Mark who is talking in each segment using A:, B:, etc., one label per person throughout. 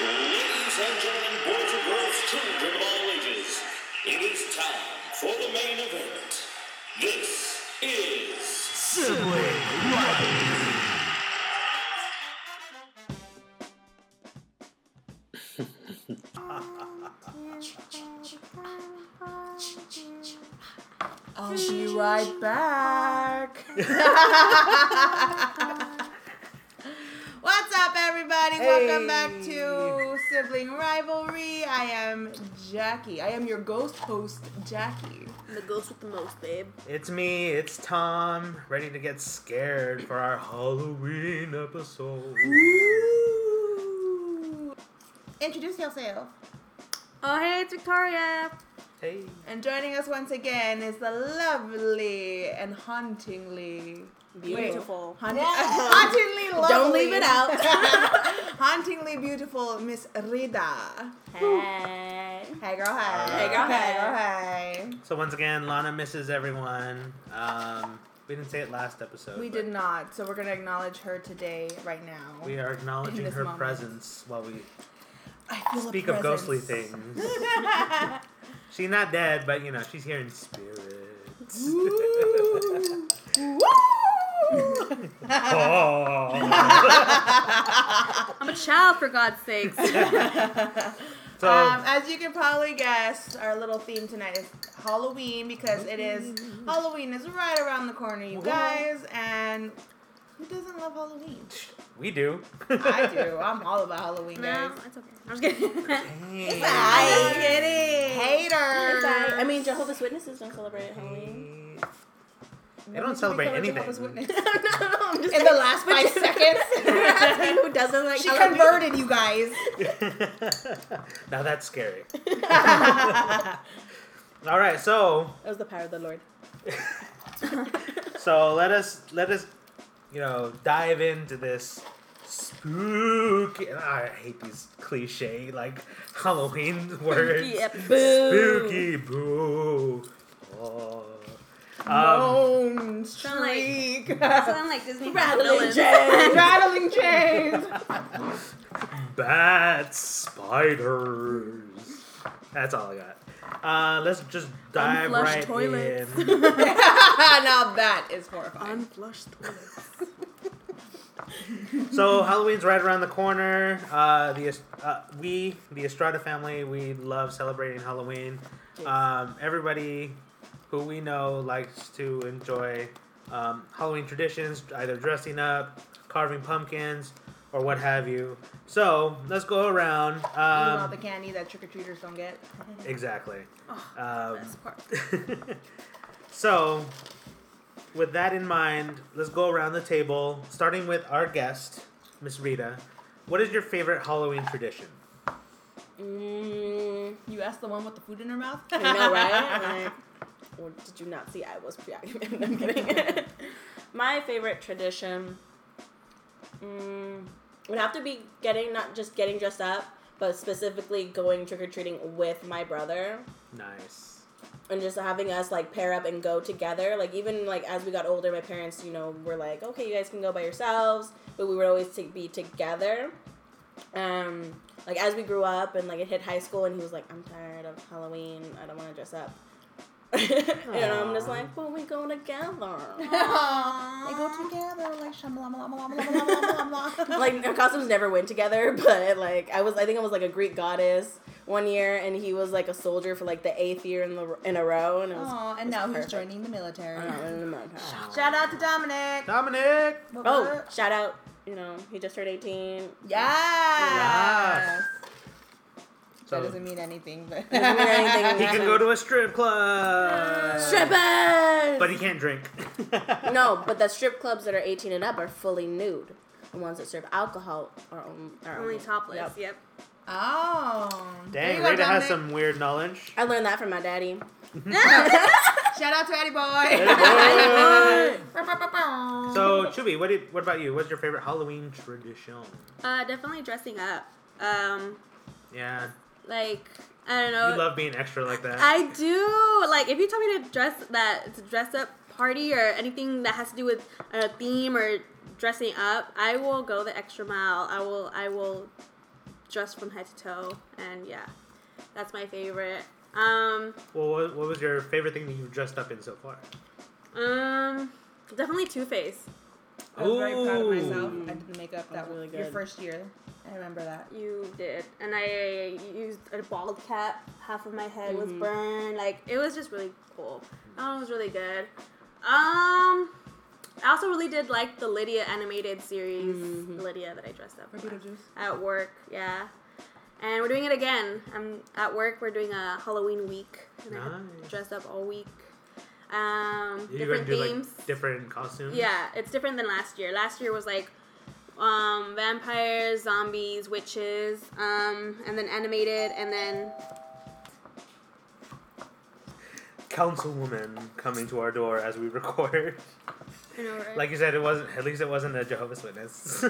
A: Ladies and gentlemen, boys and girls, children of all ages, it is time for the main event. This is.
B: I'll be right back. What's up, everybody? Welcome back to Sibling Rivalry. I am Jackie. I am your ghost host, Jackie.
C: The ghost with the most, babe.
D: It's me, it's Tom, ready to get scared for our Halloween episode.
B: Introduce yourself.
C: Oh, hey, it's Victoria.
D: Hey.
B: And joining us once again is the lovely and hauntingly
C: Beautiful.
B: Wait, haunt- hauntingly lovely.
C: Don't leave it out.
B: hauntingly beautiful Miss Rita.
C: Hey.
B: Hey girl, hey.
D: Hey,
C: girl, hey.
B: girl, hey.
D: So once again, Lana misses everyone. Um, we didn't say it last episode.
B: We
D: but
B: did not, so we're gonna acknowledge her today, right now.
D: We are
B: In
D: acknowledging
B: this
D: her
B: moment.
D: presence while we
B: I feel a
D: speak of ghostly
B: presence.
D: things. she's not dead, but you know, she's here in spirits.
B: Ooh. Woo! Um,
D: oh.
C: I'm a child, for God's sakes.
D: So,
B: um, as you can probably guess, our little theme tonight is Halloween because it is Halloween is right around the corner, you guys, and who doesn't love Halloween?
D: we do.
B: I do. I'm all about Halloween, guys.
C: no, it's okay. I'm just kidding.
D: Hey.
B: I'm kidding. Haters.
C: I mean, Jehovah's Witnesses don't celebrate Halloween.
D: They don't celebrate anything.
B: In
C: no, I'm just
B: the last five seconds,
C: asking who doesn't like
B: she
C: Halloween.
B: converted you guys.
D: now that's scary. All right, so
C: That was the power of the Lord.
D: so let us let us you know dive into this spooky. and I hate these cliche like Halloween words. Spooky boo. Oh. Um,
B: Own
C: Sound like-
B: streak.
C: Sound like Disney
B: Rattling
C: villains.
B: chains. Rattling chains.
D: Bat spiders. That's all I got. Uh, let's just dive
C: Unflushed
D: right
C: toilets.
D: in.
B: now that is horrifying.
C: Unflushed toilets.
D: So Halloween's right around the corner. Uh, the Est- uh, we the Estrada family we love celebrating Halloween. Um, everybody who we know likes to enjoy um, Halloween traditions, either dressing up, carving pumpkins, or what have you. So let's go around.
B: Eating all the
D: Um,
B: candy that trick or treaters don't get.
D: exactly.
C: Oh,
D: Um,
C: best part.
D: so, with that in mind, let's go around the table, starting with our guest, Miss Rita. What is your favorite Halloween tradition?
E: Mm,
B: You asked the one with the food in her mouth.
E: I know, right? Like, well, did you not see I was preoccupied? I'm kidding. My favorite tradition mm, would have to be getting, not just getting dressed up, but specifically going trick or treating with my brother.
D: Nice.
E: And just having us like pair up and go together. Like even like as we got older, my parents, you know, were like, okay, you guys can go by yourselves, but we would always t- be together. um like as we grew up and like it hit high school and he was like i'm tired of halloween i don't want to dress up and i'm just like well we go together
B: They go together like shamalama.
E: like our costumes never went together but like i was i think i was like a greek goddess one year and he was like a soldier for like the eighth year in, the, in a row and it was
B: Aw, and now he's
E: perfect.
B: joining the military.
E: oh,
B: Shout out to Dominic.
D: Um, Dominic!
E: oh shout out you know he just turned 18
B: Yes. That
D: So,
B: doesn't mean anything, but
D: he
E: Anything-
D: can go to a strip club!
E: Strippers!
D: But he can't drink.
E: No, but the strip clubs that are 18 and up are fully nude. The ones that serve alcohol are, on, are
C: Only topless.
E: Yep.
C: Yep.
B: Oh. There
D: Dang,
B: you go,
D: Rita has
B: Dominic.
D: some weird knowledge.
E: I learned that from my daddy.
B: Shout out to Eddie Boy.
D: so,
B: so,
D: Chubby, what, did, what about you? What's your favorite Halloween tradition?
C: Uh, definitely dressing up. Um,
D: Yeah,
C: like I don't
B: Uh,
C: know.
D: you love being extra like that.
C: I do. Like, if you tell me to dress that it's a dress up party or anything that has to do with a theme or dressing up, I will go the extra mile. I will. I will dressed from head to toe, and yeah, that's my favorite. Um,
D: Well, what, what was your favorite thing that you've dressed up in so far?
C: um, definitely Two Face.
B: I was very proud of
D: Ooh.
B: myself. I did the makeup
E: That's
B: that
E: really
B: was your
E: good.
B: first year. I remember that.
C: You did, and I used a bald cap. Half of my head was
D: Mm-hmm.
C: burned. Like it was just really cool. That one was really good. Um, I also really did like the Lydia animated series,
D: Mm-hmm.
C: Lydia, that I dressed up in at work. Yeah, and we're doing it again. I'm at work. We're doing a Halloween week, and I
D: Nice.
C: had dressed up all week. Um,
D: You're
C: different
D: gonna do
C: themes.
D: like different costumes.
C: Yeah, it's different than last year. Last year was like um, vampires, zombies, witches, um, and then animated, and then
D: Councilwoman coming to our door as we record.
C: you know, right?
D: Like you said, it wasn't. At least it wasn't a Jehovah's Witness.
C: So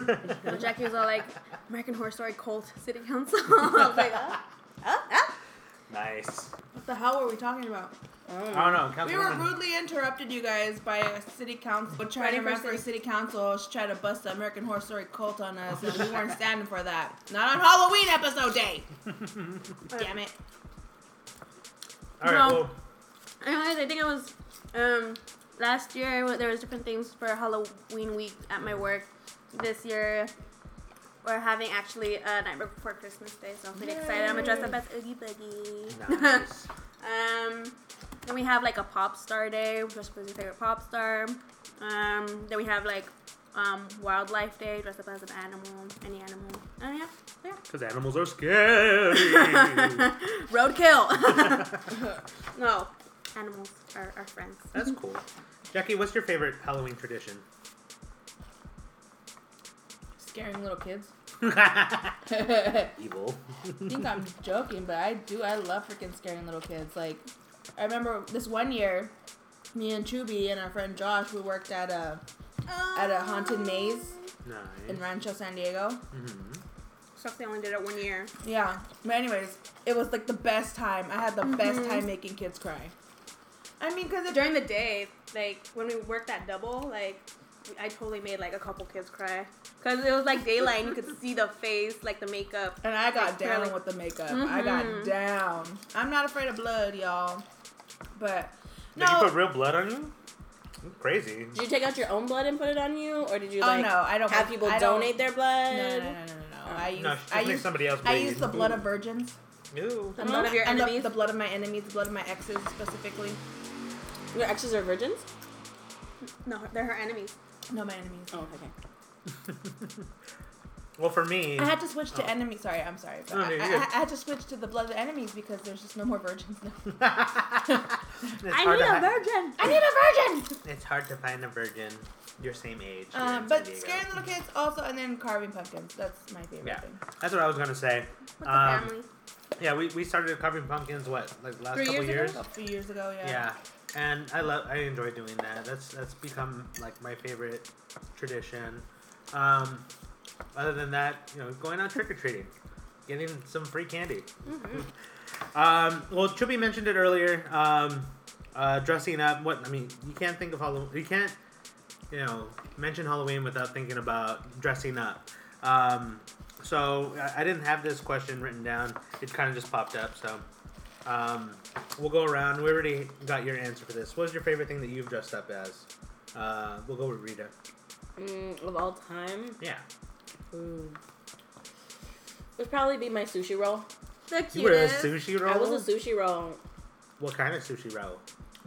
C: Jackie was all like American Horror Story cult city council. I was like, "Huh? Huh? Huh?"
D: nice.
B: What the hell were we talking about?
D: I don't know. Councilwoman.
B: We were rudely interrupted, you guys, by a city council trying
C: Ready
B: to
C: for
B: run for city
C: city-
B: council. She tried to bust the American Horror Story cult on us, and we weren't standing for that. Not on Halloween episode day. Damn it.
D: All right.
C: No.
D: Well,
C: Anyways, I think it was um, last year. I wa- There was different things for Halloween week at my work. This year, we're having actually a night before Christmas Day, so I'm pretty excited. I'm gonna dress up as Oogie Boogie.
D: nice.
C: Um, then we have like a pop star day, dress up as your favorite pop star. Um, then we have like um, wildlife day, dress up as an animal, any animal. Oh yeah,
D: Because animals are scary.
C: yeah. Roadkill. no, animals are our friends.
D: That's cool. Jackie, what's your favorite Halloween tradition?
B: Scaring little kids.
D: Evil.
B: I think I'm joking, but I do. I love freaking scaring little kids. Like, I remember this one year, me and Chubby and our friend Josh, we worked at a at a haunted maze in
D: Nice.
B: Rancho San Diego.
D: hmm
C: Sucks they only did it one year.
B: Yeah. But anyways, it was like the best time. I had the best time making kids cry. Mm-hmm. I mean, cause it,
C: During the day, like when we worked that double, like I totally made like a couple kids cry because it was like daylight. and You could see the face, like the makeup.
B: and I got down
C: Really?
B: with the makeup. I got down. I'm not afraid of blood, y'all. But no,
D: Did you put real blood on you? Crazy.
E: Did you take out your own blood and put it on you, or did you
B: oh
E: like
B: no, I don't
E: have people
B: I don't-
E: donate their blood?
B: No,
E: Uh-huh.
B: no, no, no, no, no. I use
D: No, she just
B: I
D: makes
B: use
D: somebody else
B: I
D: bleed.
B: use the blood of virgins.
D: Ew.
C: The blood of your
B: Uh-huh. and the-
C: enemies.
B: The, blood of my enemies, the blood of my exes specifically.
E: Your exes are virgins.
C: No, they're her enemies.
B: No, my enemies.
E: Oh, okay.
D: Well, for me,
B: I had to switch to enemies. Sorry, I'm sorry. But
D: Oh. No,
B: I,
D: you're
B: I-
D: good.
B: I had to switch to the blood of enemies because there's just no more virgins now.
D: it's
C: I
D: hard
C: need
D: to
C: a
D: hi-
C: virgin.
B: I need a virgin!
D: It's hard to find a virgin your same age. here
B: Um,
D: in San
B: but
D: Diego.
B: scaring little kids also, and then carving pumpkins. That's my favorite
D: Yeah.
B: thing.
D: That's what I was gonna say.
C: With the
D: Um,
C: family.
D: Yeah, we, we started carving pumpkins what like last
C: Three
D: couple
C: years ago?
B: A few years ago, yeah.
D: Yeah, and I love I enjoy doing that. That's that's become like my favorite tradition. Um, other than that, you know, going out trick or treating, getting some free candy. Um, well, Chubby mentioned it earlier. Um, uh, dressing up. What I mean, you can't think of Halloween. You can't, you know, mention Halloween without thinking about dressing up. Um, so I, I didn't have this question written down. It kind of just popped up. So. Um, we'll go around. We already got your answer for this. What was your favorite thing that you've dressed up as? Uh, we'll go with Rita.
E: Mm, of all time,
D: Yeah.
E: Ooh. would probably be my sushi roll.
C: The
D: You were a
C: cutest.
D: sushi roll?
E: I was a sushi roll.
D: what kind of sushi roll?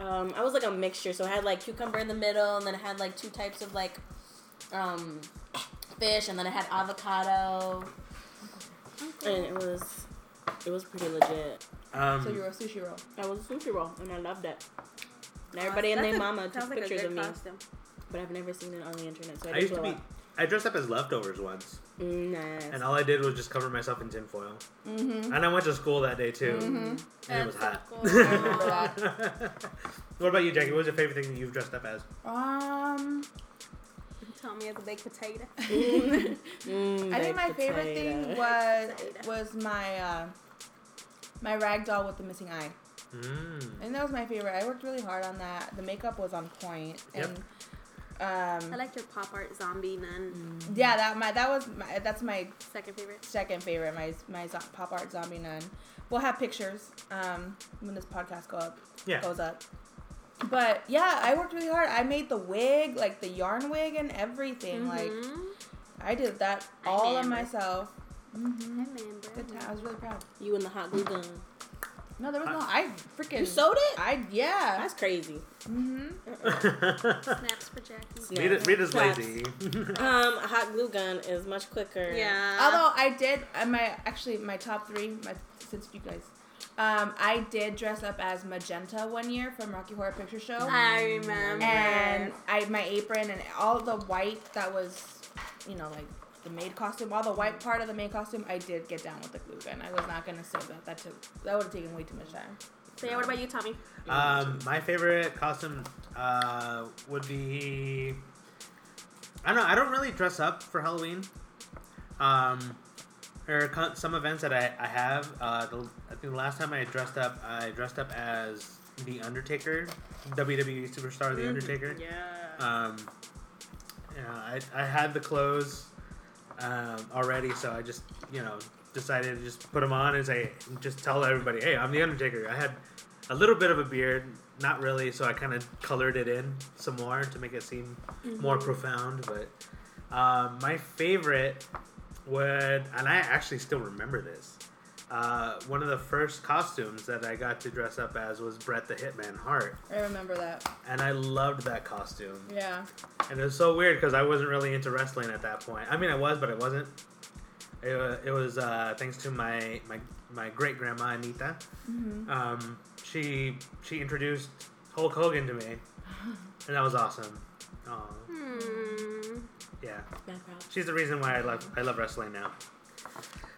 E: Um, I was like a mixture, so I had like cucumber in the middle, and then I had like two types of like um, fish, and then I had avocado, and it was it was pretty legit.
D: Um,
B: So you're a sushi roll.
E: I was a sushi roll, and I loved it. And everybody and
C: That's
E: their
C: a-
E: mama
C: sounds
E: took
C: like a
E: pictures
C: good
E: of me,
C: costume.
E: but I've never seen it on the internet, so I,
D: I
E: didn't
D: used
E: blow
D: to be. I dressed up as leftovers once,
E: Up. Mm, nice.
D: and all I did was just cover myself in tinfoil. Mm-hmm. And I went to school that day too,
B: Mm-hmm.
C: Mm-hmm.
D: and it was
C: That's
D: hot.
C: so
B: remember
C: cool.
B: that.
D: what about you, Jackie? What was your favorite thing that you've dressed up as?
B: Um,
C: Tell me as a baked potato. Mm-hmm.
E: Mm,
B: I think my
E: baked
B: favorite
E: potato.
B: thing was
C: Potato.
B: was my uh, my rag doll with the missing eye.
D: Mm.
B: And that was my favorite. I worked really hard on that. The makeup was on point,
D: Yep.
B: and Um,
C: I liked your pop art zombie nun.
B: yeah, that my that was my that's my
C: Second favorite.
B: second favorite. My my zo- pop art zombie nun. We'll have pictures um, when this podcast go up
D: Yeah.
B: goes up. But yeah, I worked really hard. I made the wig, like the yarn wig, and everything. Like
C: Mhm.
B: Mm-hmm. I did that
C: I
B: all of
C: remember.
B: myself. hmm
C: remember.
B: Good time. I was really proud.
E: You and the hot glue gun.
B: No, there was no.
D: Huh.
B: I freaking.
E: You sewed it?
B: I yeah.
E: That's crazy.
B: hmm
C: Snaps for Jackie.
E: Yeah.
D: Rita, Rita's
E: Claps.
D: lazy.
E: Um, a hot glue gun is much quicker.
C: Yeah.
B: Although I did uh, my actually my top three my since you guys, um, I did dress up as Magenta one year from Rocky Horror Picture Show,
C: I remember.
B: and I my apron and all the white that was, you know, like the maid costume, all the white part of the maid costume. I did get down with the glue gun. I was not gonna sew that. That took that would have taken way too much time.
C: so yeah, what about you, Tommy?
D: Um, my favorite costume uh, would be. I don't know. I don't really dress up for Halloween. Um, there are con- some events that I, I have. Uh, the, I think the last time I dressed up, I dressed up as the Undertaker, WWE superstar, the Undertaker.
E: Yeah.
D: Um, you know, I, I had the clothes um, already, so I just you know decided to just put them on and say just tell everybody, hey, I'm the Undertaker. I had a little bit of a beard, not really, so I kind of colored it in some more to make it seem more profound. But um, my favorite would, and I actually still remember this. Uh, one of the first costumes that I got to dress up as was Brett the Hitman Hart,
B: I remember that.
D: and I loved that costume.
B: Yeah.
D: And it was so weird because I wasn't really into wrestling at that point. I mean, I was, but I wasn't. It was, it was uh, thanks to my my, my great grandma Anita. Um, she she introduced Hulk Hogan to me, and that was awesome. Aw,
C: Hmm.
D: yeah,
E: Bad problem.
D: she's the reason why I love I love wrestling now.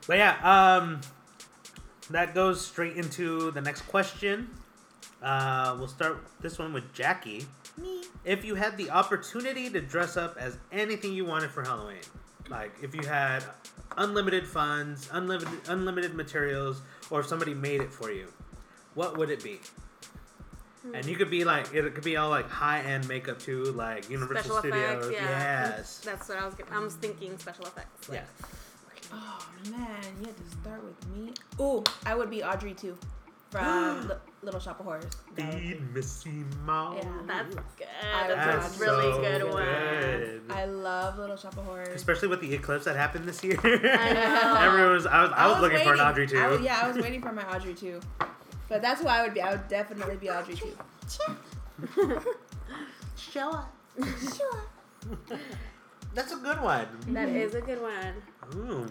D: But yeah, um, that goes straight into the next question. Uh, we'll start this one with Jackie.
B: Me.
D: If you had the opportunity to dress up as anything you wanted for Halloween, like if you had unlimited funds, unlimited unlimited materials, or if somebody made it for you, what would it be?
C: Hmm.
D: And you could be like it could be all like high end makeup too, like Universal
C: Special
D: Studios.
C: effects, yeah.
D: Yes.
C: That's what I was. Getting. I was thinking special effects.
D: Yeah.
B: Oh man, you had to start with me. Ooh, I would be Audrey too, from Li- Little Shop of Horrors. That would be-
D: Feed Missy Mouse.
B: Yeah.
C: That's good.
B: I
C: That's,
B: was
C: a really
D: so
C: good one.
D: good.
B: I love Little Shop of Horrors.
D: Especially with the eclipse that happened this year.
C: I know.
D: Everyone was I was, I was, looking for an
B: waiting.
D: Audrey too.
B: I was- yeah, I was waiting for my Audrey too. But that's who I would be. I would definitely be Audrey too.
E: Show up.
D: That's a good one.
C: That is a good one.
D: Ooh.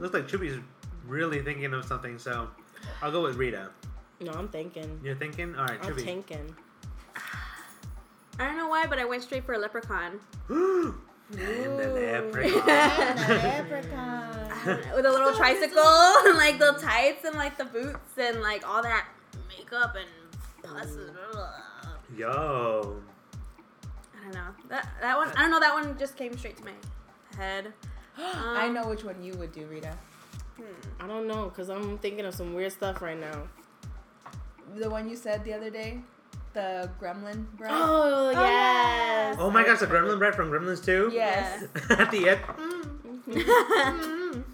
D: Looks like Chubby's really thinking of something, so I'll go with Rita.
E: No, I'm thinking.
D: You're thinking? Alright,
E: I'm
D: Chubby.
E: tanking.
C: I don't know why, but I went straight for a leprechaun.
D: and the leprechaun.
C: with a little tricycle and like the tights and like the boots and like all that makeup and pus. and- Mm.
D: Yo.
C: I don't know that that one. I don't know that one just came straight to my head. Um,
B: I know which one you would do, Rita.
E: I don't know, cause I'm thinking of some weird stuff right now.
B: The one you said the other day, the Gremlin bro.
E: Oh yes.
D: Oh my gosh, the gremlin bread from Gremlins 2?
B: yes.
D: At the end.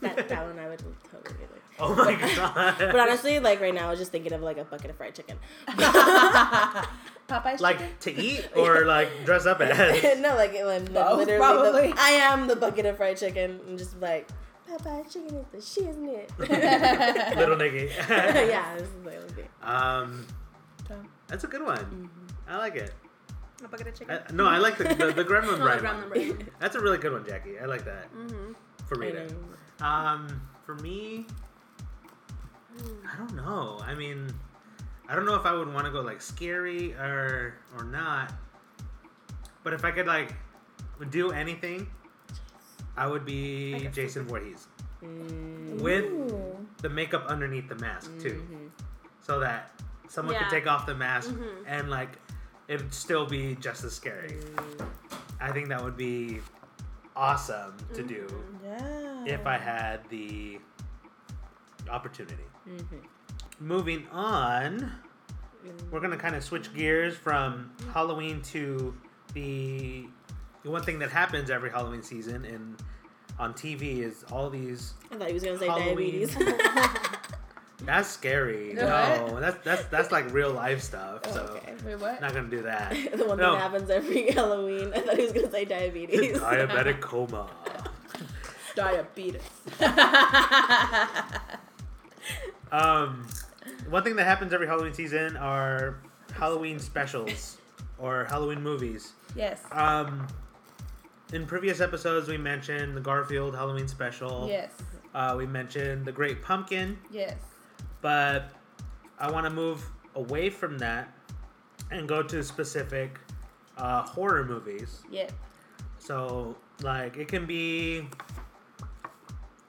E: that, that one I would totally get. it.
D: Oh my god.
E: But honestly, like right now, I was just thinking of like a bucket of fried chicken.
B: Popeye's chicken.
D: like to eat or like dress up as?
E: no, like it was
B: Both,
E: literally.
B: probably.
E: The, I am the bucket of fried chicken, and just like Papa chicken is the shit, isn't it?
D: Little Nicky.
E: yeah, this is like okay.
D: Um,
B: So,
D: that's a good one. I like it.
C: A bucket of
D: I,
C: chicken.
D: no, I like the, the, the gremlin
C: No, the
D: bread.
C: gremlin
D: one.
C: bread.
D: That's a really good one, Jackie. I like that.
C: Mm-hmm.
D: For Rita.
E: And,
D: Um, for me, I don't know. I mean, I don't know if I would want to go like scary or or not. But if I could like do anything, I would be Jason Voorhees
E: mm,
D: with
B: ooh.
D: the makeup underneath the mask too, so that someone
C: Yeah.
D: could take off the mask
C: Mhm.
D: and like it'd still be just as scary. I think that would be awesome to do
E: Mm-hmm.
B: Yeah.
D: if I had the opportunity.
E: mhm.
D: Moving on, we're gonna kind of switch gears from Halloween to the the one thing that happens every Halloween season and on TV is all these.
E: I thought he was gonna say
D: Halloween.
E: diabetes.
D: That's scary.
B: What?
D: No, that's that's that's like real life stuff.
E: Oh,
D: so
E: okay.
B: Wait, what?
D: not gonna do that.
E: the one
D: No.
E: that happens every Halloween. I thought he was gonna say diabetes.
D: Diabetic coma.
B: Diabetes.
D: Um, one thing that happens every Halloween season are Halloween specials or Halloween movies.
B: Yes.
D: Um, in previous episodes, we mentioned the Garfield Halloween special.
B: Yes.
D: Uh, we mentioned the Great Pumpkin,
B: Yes.
D: but I want to move away from that and go to specific uh, horror movies.
B: Yeah.
D: So, like, it can be.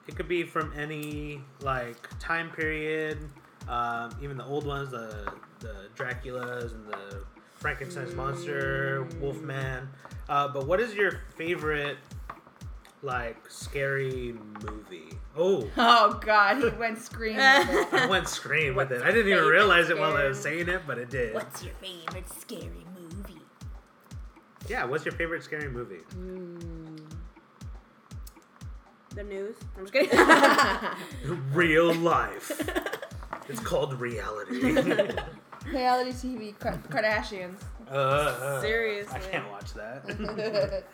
D: It could be from any like time period, um, even the old ones, the the Draculas and the Frankenstein's monster, Wolfman. Uh, but what is your favorite like scary movie? Oh,
B: Oh God, he went screaming. What's
D: I went scream with it.
E: What's
D: I didn't
E: your
D: even
E: favorite
D: realize it while I was
E: scary-
D: saying it, but it did.
B: your favorite scary movie?
D: Yeah, what's your favorite scary movie?
C: The news. I'm just kidding.
D: Real life. it's called reality.
B: Reality TV, Kar- Kardashians.
D: Uh,
C: Seriously.
D: I can't watch that.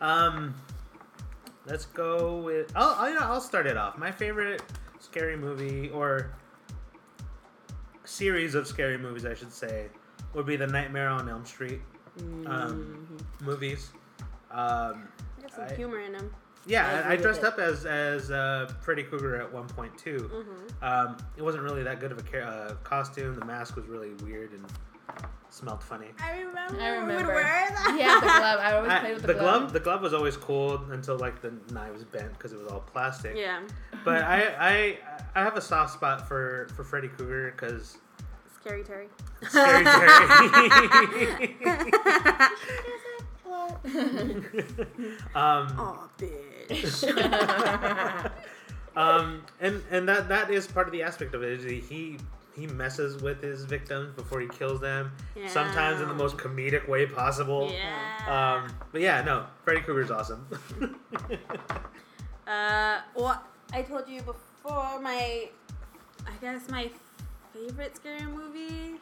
D: um, let's go with. I'll, I'll, I'll start it off. My favorite scary movie or series of scary movies, I should say, would be the Nightmare on Elm Street um, movies. Um,
C: Got some
D: I-
C: humor in them.
E: I
D: yeah, I,
E: agree
D: I
E: with
D: dressed
E: it.
D: up as as uh, Freddy Krueger at one point too. Um, it wasn't really that good of a ca- uh, costume. The mask was really weird and smelled funny.
C: I remember.
B: I remember.
C: Would wear that.
B: He had the glove. I always
D: I-
B: played with the,
D: the glove, the glove was always cool until like the knives bent because it was all plastic.
C: Yeah.
D: But I, I, I have a soft spot for for Freddy Krueger because
C: Scary Terry.
D: scary Terry. um,
C: Oh, bitch.
D: um, and and that that is part of the aspect of it. Is he- he he messes with his victims before he kills them. Sometimes in the
C: Yeah.
D: most comedic way possible.
C: Yeah.
D: Um, but yeah, no, Freddy Krueger's awesome.
C: uh, well, I told you before my, I guess my favorite scary movie.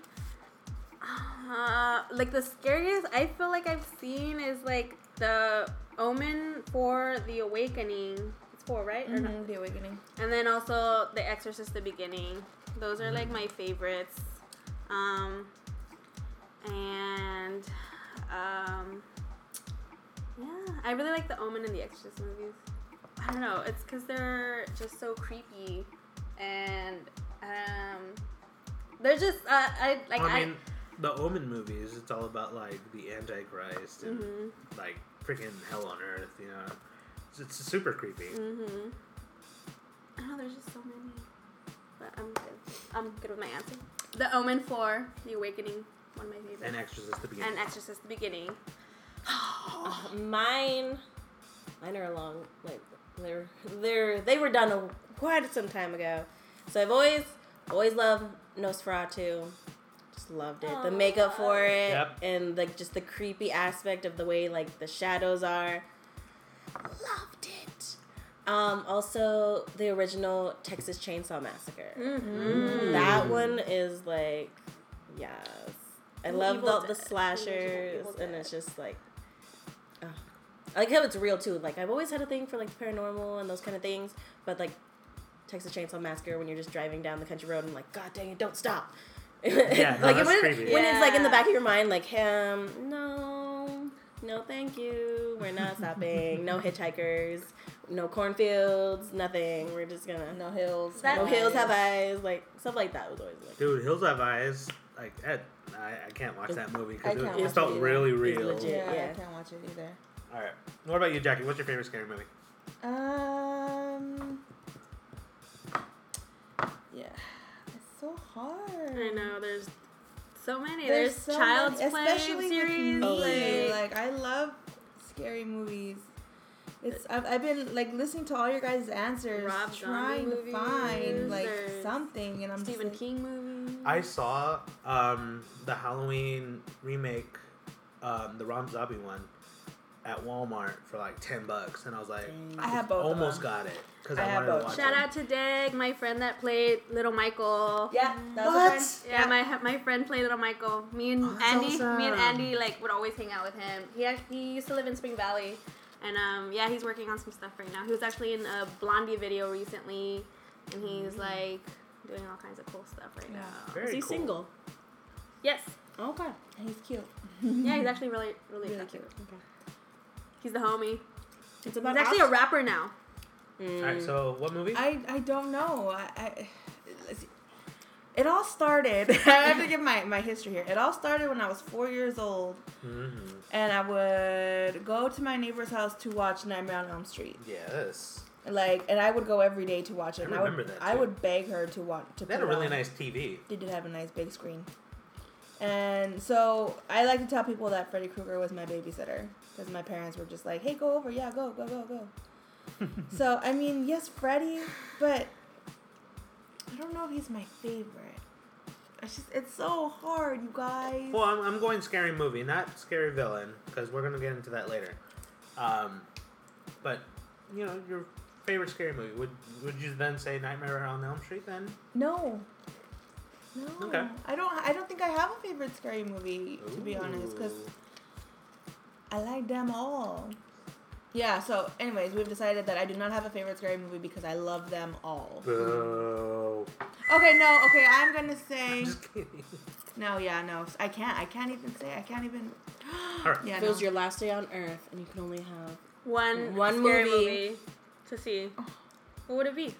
C: Uh, like the scariest I feel like I've seen is like the Omen for the Awakening. It's four, right? Or no?
B: hmm The Awakening.
C: And then also The Exorcist: The Beginning. Those are like my favorites. Um, and um, yeah, I really like The Omen and The Exorcist movies. I don't know, it's because they're just so creepy, and um, they're just uh, I like
D: I mean, the Omen movies, it's all about like the Antichrist and
B: Mm-hmm.
D: like freaking hell on earth, you know. It's, it's super creepy.
C: I. Mm-hmm. I don't know, there's just so many. But I'm good. I'm good with my answer. The Omen 4, The Awakening, one of my favorites.
D: And Exorcist the beginning.
C: and Exorcist the beginning.
E: mine, mine are long. Like they're they're they were done a, quite some time ago. So I've always always loved Nosferatu. Just loved it. The makeup for it
D: Yep.
E: and like just the creepy aspect of the way like the shadows are. Loved it. Um, also the original Texas Chainsaw Massacre. That one is like, yes. I
C: Well,
E: love
C: Evil
E: the, the
C: Dead.
E: slashers,
C: Evil Dead.
E: and it's just like, ugh. I like how it's real too. Like I've always had a thing for like the paranormal and those kind of things, but like Texas Chainsaw Massacre, when you're just driving down the country road and like, God dang it, don't stop.
D: no,
E: like
D: that's
E: when,
D: creepy.
E: when it's like in the
C: Yeah.
E: back of your mind, like him, no, no, thank you, we're not stopping. no hitchhikers, no cornfields, nothing. We're just gonna
B: No hills.
C: That-
E: no hills have
B: eyes.
E: eyes, like stuff like that was always like
D: Dude, Hills Have Eyes, like, Ed, I, I can't watch that movie
B: I
D: because
B: can't
D: it,
B: watch
D: it
B: it
D: felt
B: either.
D: really
E: It's
D: real.
E: legit.
B: Yeah,
E: Yeah.
B: I can't watch it either.
D: All right. What about you, Jackie? What's your favorite scary movie?
B: Mm-hmm. Um. Yeah. It's so hard.
C: I know there's so many.
B: There's so
C: There's, child's
B: many,
C: play
B: especially with
C: series.
B: Oh, me.
C: like,
B: Like I love scary movies. It's I've, I've been like listening to all your guys' answers,
C: Rob Zombie
B: trying to
C: movies,
B: find like
C: there's
B: something, and I'm just
C: Stephen
B: like,
C: King movies.
D: I saw um, the Halloween remake, um, the Rom Zombie one, at Walmart for like ten bucks, and I was like,
B: I had both of
D: almost
B: them.
D: got it because
B: I
D: I,
B: had
D: wanted
B: both.
D: to watch
C: Shout
D: it.
C: out to Dag, my friend that played Little Michael.
E: Yeah, that was
D: What?
E: a friend.
C: Yeah, my my friend played Little Michael. Me and
D: Oh, that's
C: Andy, me and
D: awesome.
C: Andy like would always hang out with him. He act- he used to live in Spring Valley, and um yeah, he's working on some stuff right now. He was actually in a Blondie video recently, and he's like doing all kinds of cool stuff right
B: Yeah.
C: now.
D: Very
E: Is he
D: cool.
E: single?
C: Yes,
E: Okay.
B: He's cute.
C: yeah, he's actually really really,
B: Really
C: attractive.
B: cute.
C: He's the homie.
E: It's about
C: He's actually a rapper now.
D: All right, so what movie?
B: I, I don't know. I, I let's see. it all started. I have to give my, my history here. It all started when I was four years old,
D: mm-hmm.
B: and I would go to my neighbor's house to watch Nightmare on Elm Street.
D: Yes,
B: Like, and I would go every day to watch it.
D: I
B: and I would,
D: remember that,
B: I
D: too.
B: would beg her to watch. To
D: they had
B: put
D: a
B: it
D: really
B: on.
D: nice TV.
B: They did have a nice big screen. And so I like to tell people that Freddy Krueger was my babysitter because my parents were just like, "Hey, go over, yeah, go, go, go, go." so I mean, yes, Freddy, but I don't know if he's my favorite. It's just it's so hard, you guys.
D: Well, I'm, I'm going scary movie, not scary villain, because we're gonna get into that later. Um, but you know your favorite scary movie would would you then say Nightmare on Elm Street then?
B: No. No.
D: Okay.
B: I don't. I don't think I have a favorite scary movie to be honest, because
D: Ooh.
B: I like them all. Yeah, so anyways, we've decided that I do not have a favorite scary movie because I love them all.
D: Boo.
B: Okay, no, okay, I'm gonna say
D: Just kidding.
B: No, yeah, no. I can't I can't even say I can't even
D: All right.
B: Yeah.
E: If it was
B: no.
E: your last day on Earth and you can only have
C: One
E: One
C: scary
E: movie.
C: to see. What would it be?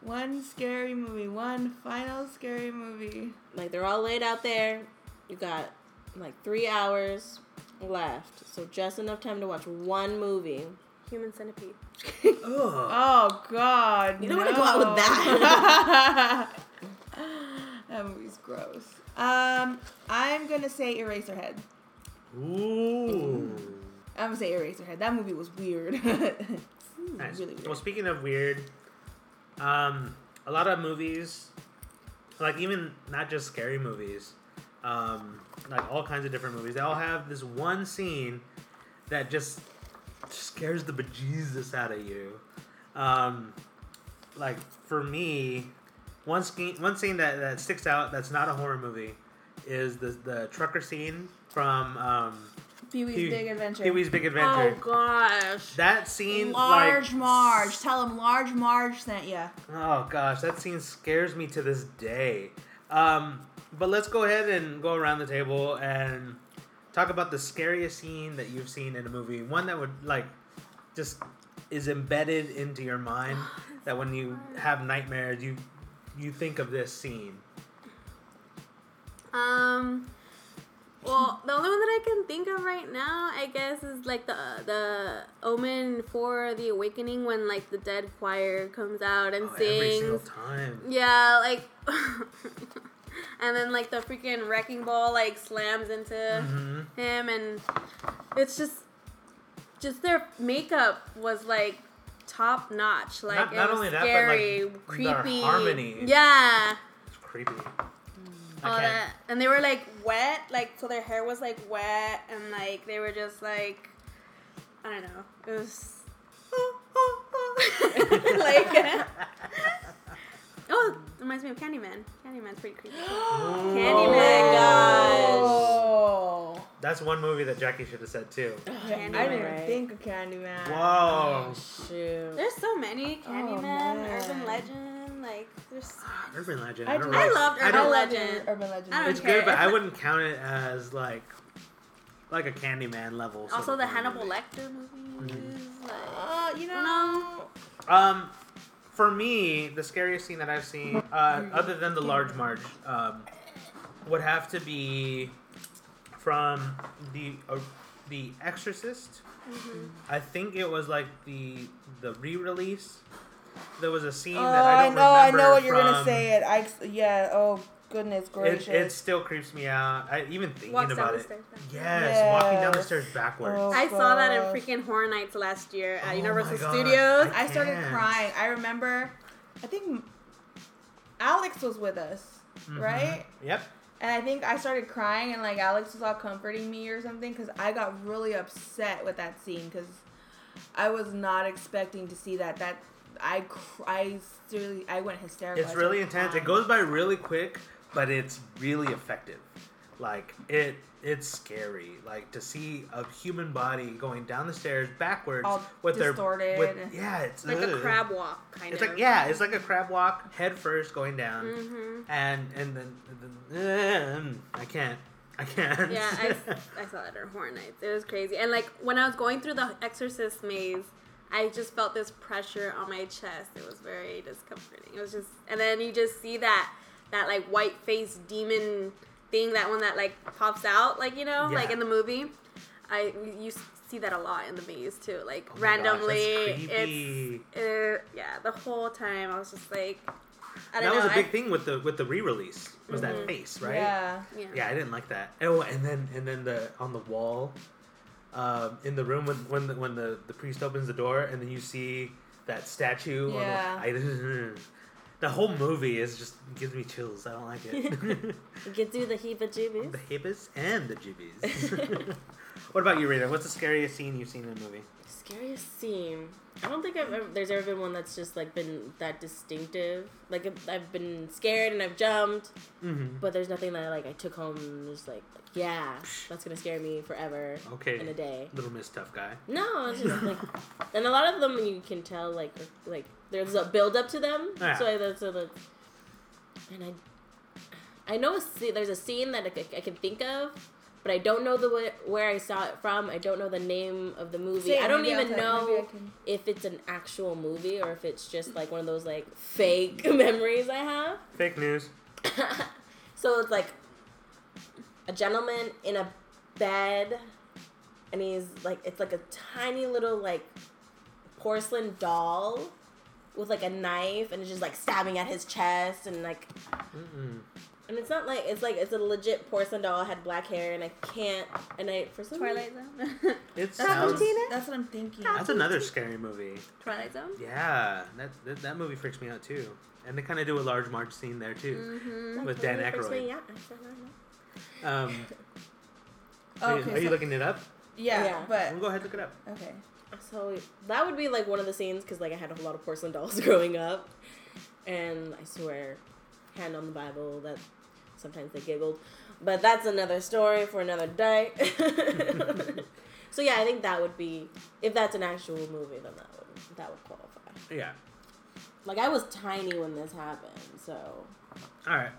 B: one scary movie, one final scary movie.
E: like they're all laid out there. You got like three hours left, so just enough time to watch one movie.
C: Human Centipede.
D: Ugh.
B: Oh god.
E: You don't wanna
B: no.
E: go out with that.
B: that movie's gross. Um I'm gonna say Eraserhead.
D: Ooh.
B: I'm gonna say Eraserhead. That movie was weird.
D: Nice.
B: Really weird.
D: Well, speaking of weird, um, a lot of movies, like even not just scary movies, um, like all kinds of different movies, they all have this one scene that just scares the bejesus out of you. Um, like for me, one scene, one scene that, that sticks out that's not a horror movie is the the trucker scene from um,
B: Pee Wee's
D: Pee-
B: Big Adventure.
D: Pee Wee's Big Adventure.
C: Oh gosh.
D: That scene,
B: Large
D: like,
B: Marge. Tell him Large Marge sent ya.
D: Oh gosh, that scene scares me to this day. Um, but let's go ahead and go around the table and talk about the scariest scene that you've seen in a movie. One that would like just is embedded into your mind that when you have nightmares, you you think of this scene.
C: Um. Well, the only one that I can think of right now, I guess, is like the the Omen for the Awakening when like the dead choir comes out and
D: Oh, every single
C: sings.
D: time.
C: Yeah, like. and then like the freaking wrecking ball like slams into
D: hmm
C: him, and it's just, just their makeup was like top notch. Like
D: Not-
C: it
D: not
C: was
D: only that, but,
C: scary,
D: like, their
C: creepy.
D: harmony.
C: Yeah
D: It's creepy.
C: Mm. all
D: I
C: that
D: can't.
C: and they were like wet like so their hair was like wet and like they were just like i don't know it was like oh it reminds me of candyman candyman's pretty creepy Candyman.
E: Oh
B: Oh.
D: That's one movie that Jackie should have said too.
C: Candyman.
B: I didn't
E: Right.
B: even think of Candyman.
D: Whoa.
E: Shoot.
C: there's so many candyman urban
B: Oh, man.
C: legend like there's so many.
D: Urban Legend.
B: I
D: don't
B: do-
D: really-
C: i loved
D: I
C: urban
D: don't-
C: legend
B: Urban Legend.
C: I don't
D: It's
C: Okay.
D: good, but I wouldn't count it as like like a Candyman level. sort
C: also
D: of
C: the
D: movie.
C: hannibal lecter movies
D: Mm-hmm.
C: like
B: Uh, you know.
C: No.
D: Um, for me, the scariest scene that I've seen, uh,
C: Mm-hmm.
D: other than the large march, um, would have to be from the uh, the Exorcist.
C: mm-hmm.
D: I think it was like the the re-release. There was a scene
B: Oh,
D: that I
B: I,
D: don't
B: know. I
D: remember
B: know what you're gonna
D: from-
B: say. It. I. Yeah. Oh goodness gracious.
D: It, it still creeps me out. I even thinking
C: Walks down
D: about
C: the
D: it.
C: stairs backwards.
D: Yes, walking down the
B: Yes.
D: stairs backwards.
B: Oh,
C: I saw that in
B: gosh.
C: freaking Horror Nights last year
D: Oh
C: at
D: my
C: Universal
D: gosh,
C: Studios.
B: I started
D: can't.
B: crying. I remember. I think Alex was with us,
D: Mhm.
B: right?
D: Yep.
B: And I think I started crying, and like Alex was all comforting me or something, because I got really upset with that scene, because I was not expecting to see that. That I, cr- I seriously, I went hysterical. I
D: It's
B: started
D: really intense. It
B: crying.
D: goes by really quick, but it's really effective. Like it, it's scary. Like to see a human body going down the stairs backwards
B: All
D: with
B: distorted.
D: their, with, yeah, it's
C: Like a
D: ugh.
C: crab walk, kind
D: It's
C: of.
D: like yeah, it's like a crab walk, head first going down,
C: Mm-hmm.
D: and and then, then I can't, I can't. Oh
C: Yeah, I, I saw that at Horror Nights. It was crazy. And like when I was going through the Exorcist maze, I just felt this pressure on my chest. It was very discomforting. It was just, and then you just see that that like white faced demon thing, that one that like pops out, like you know, like
D: Yeah.
C: in the movie. I you s- see that a lot in the maze too, like
D: Oh my gosh, that's
C: randomly.
D: creepy.
C: it's uh, yeah, the whole time I was just like, I
D: that
C: don't
D: was
C: know.
D: a big
C: I,
D: thing with the with the re-release was that face, right?
B: Yeah.
C: yeah.
D: Yeah, I didn't like that. Oh, and then and then the on the wall, um, in the room when when the, when the, the priest opens the door and then you see that statue.
B: Yeah.
D: On the, I, the whole movie is just gives me chills. I don't like it.
E: Get through the heeba
D: the
E: jibbies.
D: hibis and the jibbies. what about you, Rita? What's the scariest scene you've seen in a movie?
E: Scariest scene. I don't think I've ever, there's ever been one that's just like been that distinctive. Like I've- I've been scared and I've jumped,
D: Mm-hmm.
E: but there's nothing that like I took home and was like, yeah, that's gonna scare me forever
D: Okay.
E: in a day.
D: Little Miss Tough Guy.
E: No, it's just like, and a lot of them you can tell like are- like there's a build up to them.
D: Yeah.
E: So I- that's so that, and I, I know a scene, there's a scene that I, c- I can think of, but I don't know the wh- where I saw it from. I don't know the name of the movie.
B: Same,
E: I don't
B: maybe I'll
E: even
B: tell- maybe I
E: know
B: can-
E: if it's an actual movie or if it's just like one of those like fake memories I have.
D: Fake news.
E: So it's like a gentleman in a bed, and he's like, it's like a tiny little like porcelain doll with like a knife, and it's just like stabbing at his chest, and like,
D: Mm-mm.
E: and it's not like it's like it's a legit porcelain doll had black hair, and I can't, and I for some
C: Twilight
E: reason-
C: Zone.
D: It
B: That's, what I'm,
D: sounds.
B: that's what I'm thinking.
D: That's another scary movie.
C: Twilight Zone.
D: Yeah, that, that that movie freaks me out too. And they kind of do a large march scene there too.
C: Mm-hmm.
D: With Dan
E: Twilight Zone,
D: Aykroyd.
E: yeah, I don't know.
D: Um,
B: Oh,
D: are you,
B: Mm. okay,
D: are you
B: so-
D: looking it up?
B: Yeah,
E: Yeah.
D: Well,
B: but
D: go ahead, look it up.
B: okay.
E: So that would be like one of the scenes because like I had a whole lot of porcelain dolls growing up, and I swear, hand on the Bible that sometimes they giggled, but that's another story for another day. so yeah, I think that would be if that's an actual movie, then that would that would qualify.
D: Yeah.
E: Like I was tiny when this happened, so
D: All right.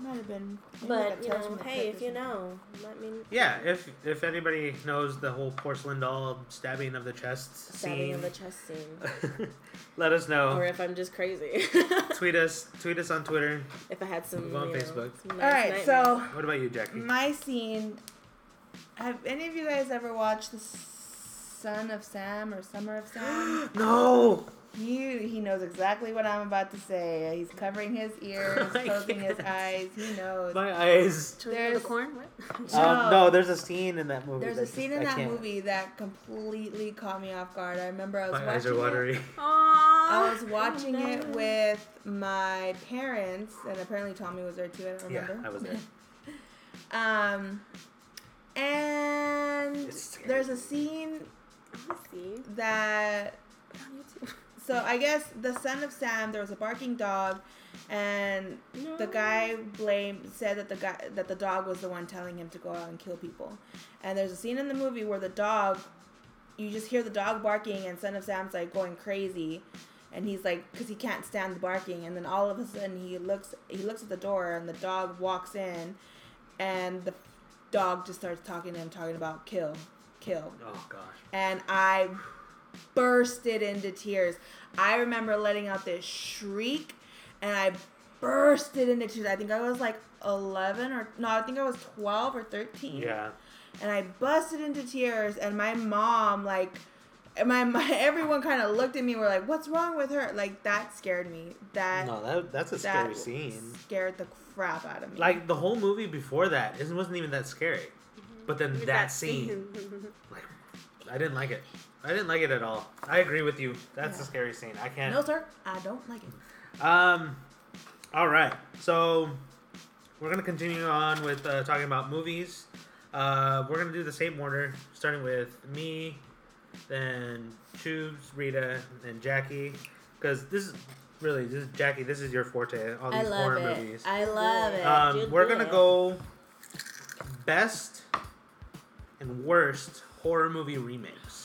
B: Might have been.
E: but you know, hey, if you know, let me
D: Yeah. If if anybody knows the whole porcelain doll stabbing of the chest
E: stabbing
D: scene, Uh-huh.
E: of the chest scene,
D: let us know.
E: or if I'm just crazy,
D: Tweet us. Tweet us on Twitter.
E: if I had some
D: Move on
E: you know,
D: Facebook.
E: some nice
B: All right,
E: nightmares.
B: so
D: What about you, Jackie?
B: my scene. Have any of you guys ever watched The Son of Sam or Summer of Sam?
D: no.
B: he he knows exactly what I'm about to say. He's covering his ears,
D: I
B: closing his
D: can't.
B: eyes. He knows.
D: My eyes.
C: Children of
B: There's-
C: the Corn. What?
D: Um, no, there's a scene in that movie.
B: There's
D: that
B: a
D: just-
B: scene in
D: I
B: that
D: can't.
B: movie that completely caught me off guard. I remember I was
D: My
B: watching
D: eyes are
B: it.
D: watery.
C: Oh,
B: I
C: Aww.
B: was watching it with my parents, and apparently Tommy was there too. I don't
D: Yeah,
B: remember.
D: I was there.
B: Um, and
D: It's scary.
B: there's a scene
C: see.
B: that
C: Put it on YouTube.
B: so I guess the son of Sam there was a barking dog, and the guy blamed said that the guy that the dog was the one telling him to go out and kill people. And there's a scene in the movie where the dog, you just hear the dog barking, and son of Sam's like going crazy. And he's like, because he can't stand the barking, and then all of a sudden he looks, he looks at the door, and the dog walks in, and the dog just starts talking to him, talking about kill, kill,
D: Oh gosh.
B: and I bursted into tears. I remember letting out this shriek and I bursted into tears. I think I was like 11 or no, I think I was 12 or 13.
D: Yeah.
B: And I busted into tears and my mom like and my, my everyone kind of looked at me and were like what's wrong with her? Like that scared me. That
D: No, that that's a
B: that
D: scary scene.
B: scared the crap out of me.
D: Like the whole movie before that, it wasn't even that scary. But then Mm-hmm. that,
C: that
D: scene, like, I didn't like it. I didn't like it at all. I agree with you. That's a
B: Yeah.
D: scary scene. I can't.
B: no sir, I don't like it.
D: Um, all right. So we're gonna continue on with uh, talking about movies. Uh, we're gonna do the same order, starting with me, then Tubes, Rita, and Jackie, because this is really this is Jackie. This is your forte. All
E: I
D: these
E: love
D: horror
E: it.
D: movies.
E: I love it.
D: Um,
E: Dude,
D: we're
E: do
D: gonna
E: it.
D: go best and worst horror movie remakes.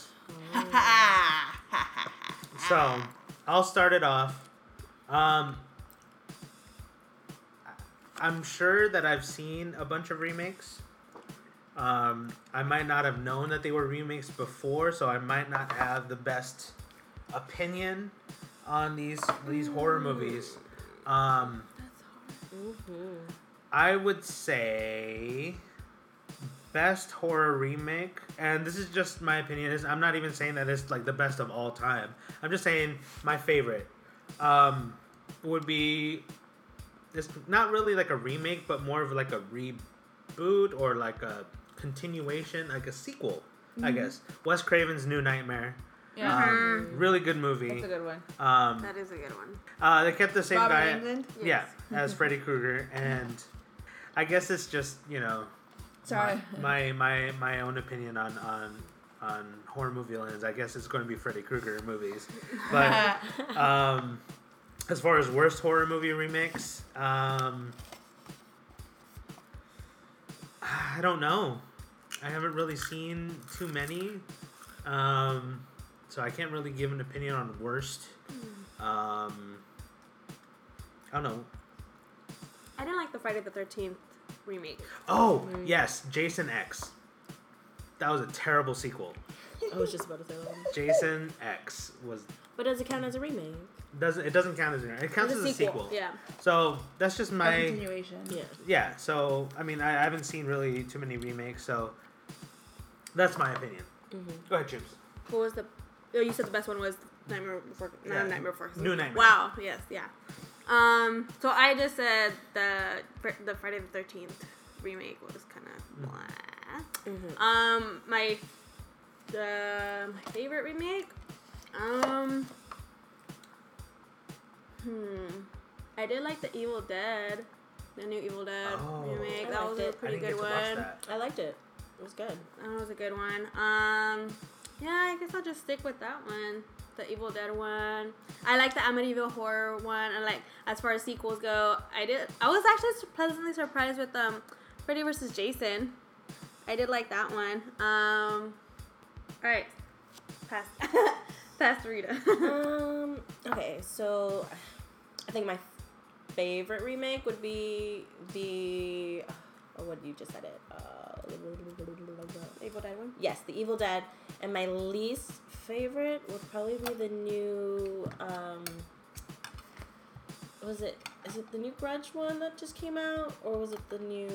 D: so I'll start it off. Um, I'm sure that I've seen a bunch of remakes. Um, I might not have known that they were remakes before, so I might not have the best opinion on these these horror movies.
E: Mm.
D: Um, I would say best horror remake, and this is just my opinion. Is I'm not even saying that it's like the best of all time. I'm just saying my favorite um, would be it's not really like a remake, but more of like a reboot or like a continuation, like a sequel, I
B: Mm-hmm.
D: guess. Wes Craven's New Nightmare,
B: Yeah,
D: um, really good movie.
B: Mm-hmm. that's a good one.
D: um,
C: That is a good one.
D: uh, they kept the same
B: Robert
D: guy.
B: Englund?
D: Yeah,
C: Yes.
D: as Freddy Krueger, and I guess it's just you know,
B: Sorry.
D: my my my own opinion on on on horror movie lens. I guess it's going to be Freddy Krueger movies, but um, as far as worst horror movie remix, um, I don't know. I haven't really seen too many, um, so I can't really give an opinion on worst. Um, I don't know.
C: I didn't like the Friday the Thirteenth remake.
D: Oh
C: Mm.
D: yes, Jason X. That was a terrible sequel.
E: I was just about to say that. one.
D: Jason X was
E: But does it count as a remake?
D: doesn't it doesn't count as an it counts
E: It's
D: as
E: a
D: a sequel.
E: sequel,
C: Yeah.
D: So that's just
B: A
D: my
B: continuation.
E: Yeah.
D: yeah. So I mean I, I haven't seen really too many remakes. So that's my opinion.
C: Mm-hmm.
D: Go ahead, Chips.
C: What was the? Oh, you said the best one was Nightmare Before. Not
D: Yeah.
C: Nightmare Before. Christmas.
D: New Nightmare.
C: Wow. Yes. Yeah. Um. So I just said the fr- the Friday the Thirteenth remake was kind
D: Mm.
C: of blah.
E: Mm-hmm.
C: Um. My the my favorite remake. Um. Hmm. I did like the Evil Dead, the new Evil Dead
D: Oh.
C: remake.
E: I
C: That was
E: liked
C: a
E: it.
C: pretty
D: I didn't
C: good
D: get
C: one.
D: to watch that.
E: I liked it. It was good.
C: That was a good one. Um, yeah, I guess I'll just stick with that one. The Evil Dead one. I like the Amityville horror one. And like as far as sequels go, I did. I was actually su- pleasantly surprised with um, Freddy versus Jason. I did like that one. Um, all right, pass, pass Rita.
E: Um. Okay, so I think my favorite remake would be the. Oh, what you just said it. Uh,
C: Evil Dead one.
E: yes, the Evil Dead, and my least favorite would probably be the new. Um, was it? Is it the new Grudge one that just came out, or was it the new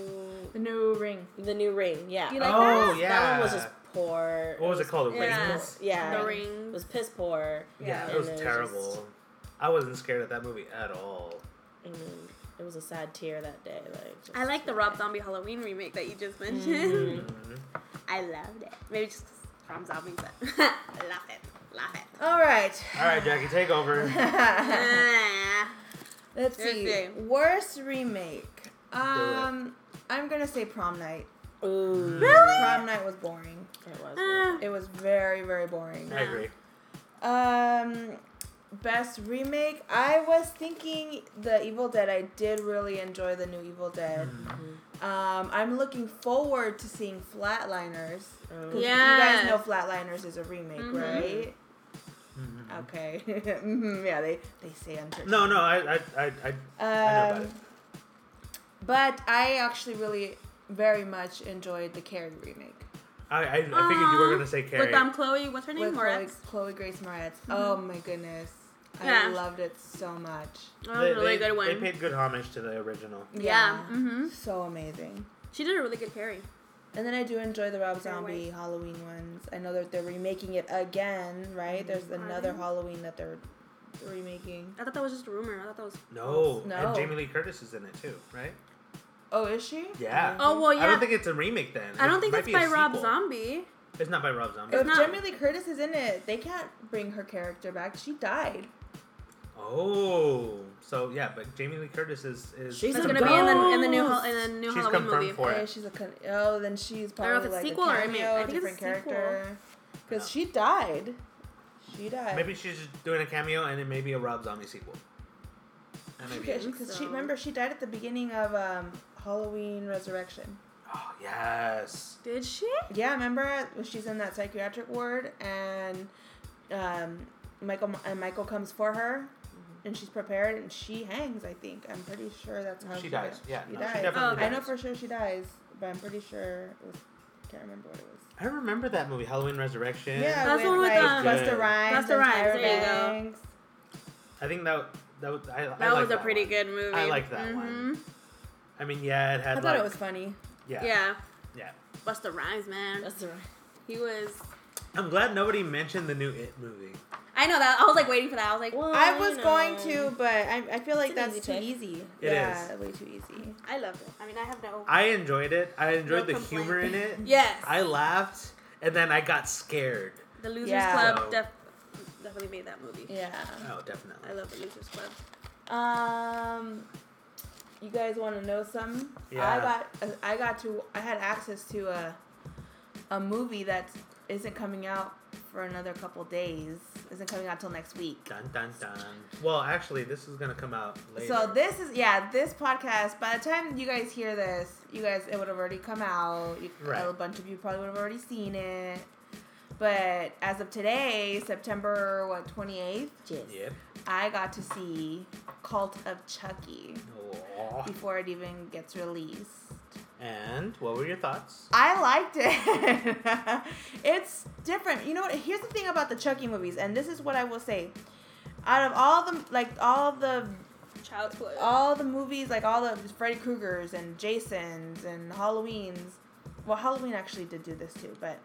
B: The new ring.
E: the new Ring? Yeah.
C: You like
D: oh
C: that?
D: yeah.
E: That one was just poor.
D: what was it called? The
C: Yeah.
D: Ring?
E: Yeah.
C: The
E: It
C: Ring.
E: was piss poor.
D: Yeah,
C: Yeah.
D: it was
E: And it was
D: terrible.
E: just-
D: I wasn't scared of that movie at all.
E: I mean, it was a sad tear that day. Like just-
C: I like the Rob Zombie Halloween remake that you just mentioned.
D: Mhm.
C: I loved it. Maybe just 'cause Rob Zombie's it. Love it. Love it.
B: All right.
D: All right, Jackie, take over.
C: Ah.
B: Let's
C: Let's
B: see.
C: see.
B: Worst remake. Um, I'm gonna say prom night.
E: Ooh,
B: Prom night was boring.
E: it was.
C: Ah.
B: It was very, very boring.
D: I agree.
B: Um, best remake. I was thinking the Evil Dead. I did really enjoy the new Evil Dead.
D: Mm.
E: mm,
B: Um, I'm looking forward to seeing Flatliners. 'cause
E: mm.
C: Yes.
B: You guys know Flatliners is a remake,
C: Mhm.
B: right?
D: Mhm.
B: Okay. Mhm, yeah, they they say uncertain.
D: No, no, I, I, I, I know about
B: Um,
D: it.
B: but I actually really very much enjoyed the Carrie remake.
D: I, I, I figured you were
C: Aw.
D: gonna say Carrie.
C: With um, Chloe, what's her name?
B: with Chloe,
C: Moretz.
B: Chloe Grace Moretz. Oh my goodness. I
C: Mm-hmm. Yeah.
B: loved it so much.
C: That was a Oh, really
D: they,
C: good one.
D: They paid good homage to the original.
C: yeah.
B: Yeah.
C: Mm-hmm.
B: So amazing.
C: She did a really good carry.
B: And then I do enjoy the Rob
C: Fair
B: Zombie Halloween ones. I know that they're remaking it again, right? There's another
C: Mm-hmm. they?
B: Halloween that they're remaking.
C: I thought that was just a rumor. I thought that was.
D: No,
B: No.
D: and Jamie Lee Curtis is in it too, right?
B: Oh, is she?
D: Yeah.
C: Oh well, yeah.
D: I don't think it's a remake then. It might
C: that's
D: be a
C: by Rob
D: sequel.
C: Zombie.
D: It's not by Rob Zombie.
B: If
C: not-
B: Jamie Lee Curtis is in it, they can't bring her character back. She died.
D: Oh, so yeah, but Jamie Lee Curtis is is
E: She's
C: It's
E: a
C: gonna be in the in the new
E: ghost.
C: hol- in the new
D: she's
C: Halloween
D: confirmed
C: movie.
D: for
B: Yeah,
D: it.
B: she's a con- oh, then she's
C: I don't know if
B: probably
C: it's
B: like
C: sequel
B: a
C: or a
B: cameo,
C: remake. I think it's a
B: different
C: sequel.
B: character. Because
D: Yeah.
B: she died. She died.
D: Maybe she's just doing a cameo, and it may be a Rob Zombie sequel. That may be it.
B: because
C: think
B: she
C: so.
B: remember she died at the beginning of um, Halloween Resurrection.
D: Oh yes.
C: Did she?
B: Yeah, remember when she's in that psychiatric ward and um, Michael and Michael comes for her.
C: Mm-hmm.
B: And she's prepared, and she hangs. I think I'm pretty sure that's how
D: She
B: she,
D: dies. Yeah,
B: she
D: no, she
B: dies.
C: Oh,
D: definitely
B: I know
D: dies.
B: for sure she dies, but I'm pretty sure it was. Can't remember what it was.
D: I remember that movie, Halloween Resurrection.
B: Yeah,
C: That's
B: with,
C: the one with,
B: like,
C: um,
D: Yeah.
B: Busta Rhymes.
C: Busta
B: and
C: Rhymes,
B: Tyra
C: there you go.
B: Banks.
D: I think that that was I,
C: That was a pretty good movie.
D: I like that one.
C: Mhm.
D: I mean, yeah, it
B: I
D: had
B: thought
D: like
B: it was funny.
D: yeah,
C: Yeah.
D: yeah.
C: Busta Rhymes, man.
E: That's the right.
C: He was.
D: I'm glad nobody mentioned the new It movie.
C: I know that. I was like waiting for that. I was like,
E: Well,
B: Oh, I
E: you
B: was
E: know.
B: going to, but I, I feel like
E: an
B: that's
E: easy
B: too
E: pick.
B: easy.
D: It
B: yeah,
D: is.
B: way too easy.
C: I loved it. I mean, I have no.
D: I enjoyed it. I enjoyed
C: No
D: the humor in it.
C: yes.
D: I laughed, and then I got scared.
C: the Losers
B: Yeah.
D: So-
C: Club def- definitely made that movie.
B: Yeah.
D: Oh, definitely.
C: I love the Losers Club.
B: Um, you guys want to know some? I
D: Yeah.
B: got uh, I got to I had access to a a movie that isn't coming out for another couple days. Isn't coming out till next week.
D: Dun dun dun. Well, actually, this is gonna come out later.
B: So this is yeah, this podcast. By the time you guys hear this, you guys it would have already come out. You,
D: Right.
B: A bunch of you probably would have already seen it. But as of today, September what twenty eighth,
E: Yes.
D: Yep.
B: I got to see Cult of Chucky
D: Aw.
B: before it even gets released.
D: And what were your thoughts?
B: I liked it. it's different. You know what? Here's the thing about the Chucky movies, and this is what I will say. Out of all the like all the
C: Child's Play.
B: all the movies, like all the Freddy Krueger's and Jason's and Halloween's. Well, Halloween actually did do this too, but